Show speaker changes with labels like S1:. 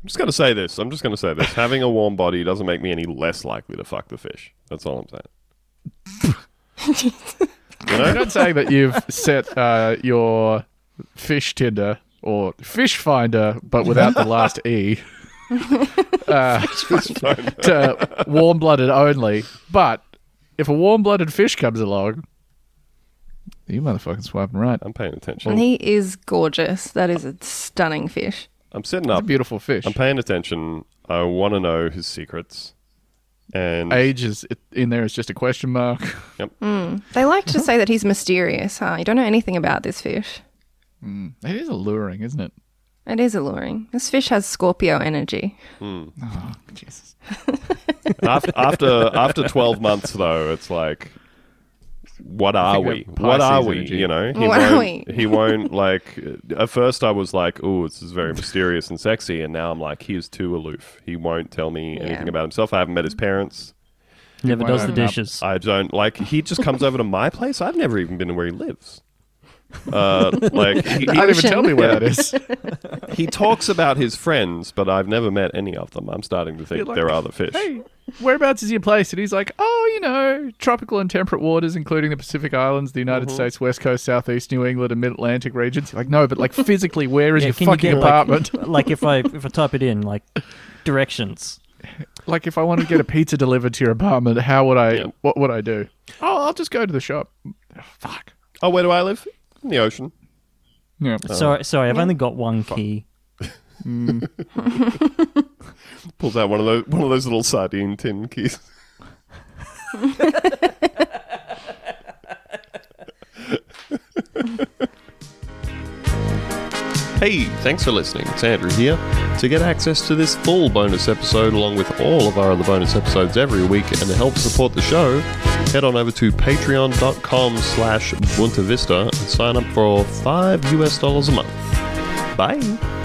S1: I'm just going to say this. I'm just going to say this. Having a warm body doesn't make me any less likely to fuck the fish. That's all I'm saying. you
S2: You're
S1: know?
S2: not saying that you've set uh, your fish Tinder or fish finder, but without the last E, uh, to warm blooded only. But if a warm blooded fish comes along, you motherfucking swiping right.
S1: I'm paying attention.
S3: And he is gorgeous. That is a stunning fish.
S1: I'm setting
S2: It's a
S1: up.
S2: beautiful fish.
S1: I'm paying attention. I want to know his secrets. And
S2: Age is in there is just a question mark.
S3: They like to say that he's mysterious, huh? You don't know anything about this fish.
S2: It is alluring, isn't it?
S3: It is alluring. This fish has Scorpio energy.
S2: Oh, Jesus.
S1: after, after after 12 months though, it's like what are
S2: think
S1: we?
S2: we're
S1: What are
S2: Pisces
S1: we?
S2: energy.
S1: You know, he
S3: What are
S1: won't.
S3: we?
S1: He won't like. At first, I was like, "Oh, this is very mysterious and sexy," and now I'm like, "He is too aloof. He won't tell me
S3: Yeah.
S1: anything about himself. I haven't met his parents.
S4: Never
S2: won't
S4: does the
S2: open up.
S4: dishes.
S1: I don't like. He just comes over to my place. I've never even been to where he lives. Uh, like he,
S2: You
S1: he-
S2: didn't even
S3: Ocean.
S2: tell me where that is.
S1: he talks about his friends, but I've never met any of them. I'm starting to think
S2: like,
S1: there are other fish.
S2: hey, whereabouts is your place? And he's like, oh, you know, tropical and temperate waters, including the Pacific Islands, the United States, West Coast, Southeast, New England, and Mid Atlantic regions. You're like, no, but like physically, where is
S4: Yeah,
S2: your
S4: can you
S2: fucking
S4: get, like-
S2: apartment?
S4: Like, if I if I type it in, like directions.
S2: Like, if I wanted to get a pizza delivered to your apartment, how would I?
S1: Yeah.
S2: What would I do? Oh, I'll just go to the shop. Oh, fuck.
S1: Oh, where do I live? In the ocean.
S2: Yeah.
S4: sorry, sorry, I've only got one key.
S1: pulls out one of those one of those little sardine tin keys. hey, thanks for listening. It's Andrew here. To get access to this full bonus episode along with all of our other bonus episodes every week and to help support the show, head on over to patreon.com slash Bunta Vista and sign up for five US dollars a month. Bye.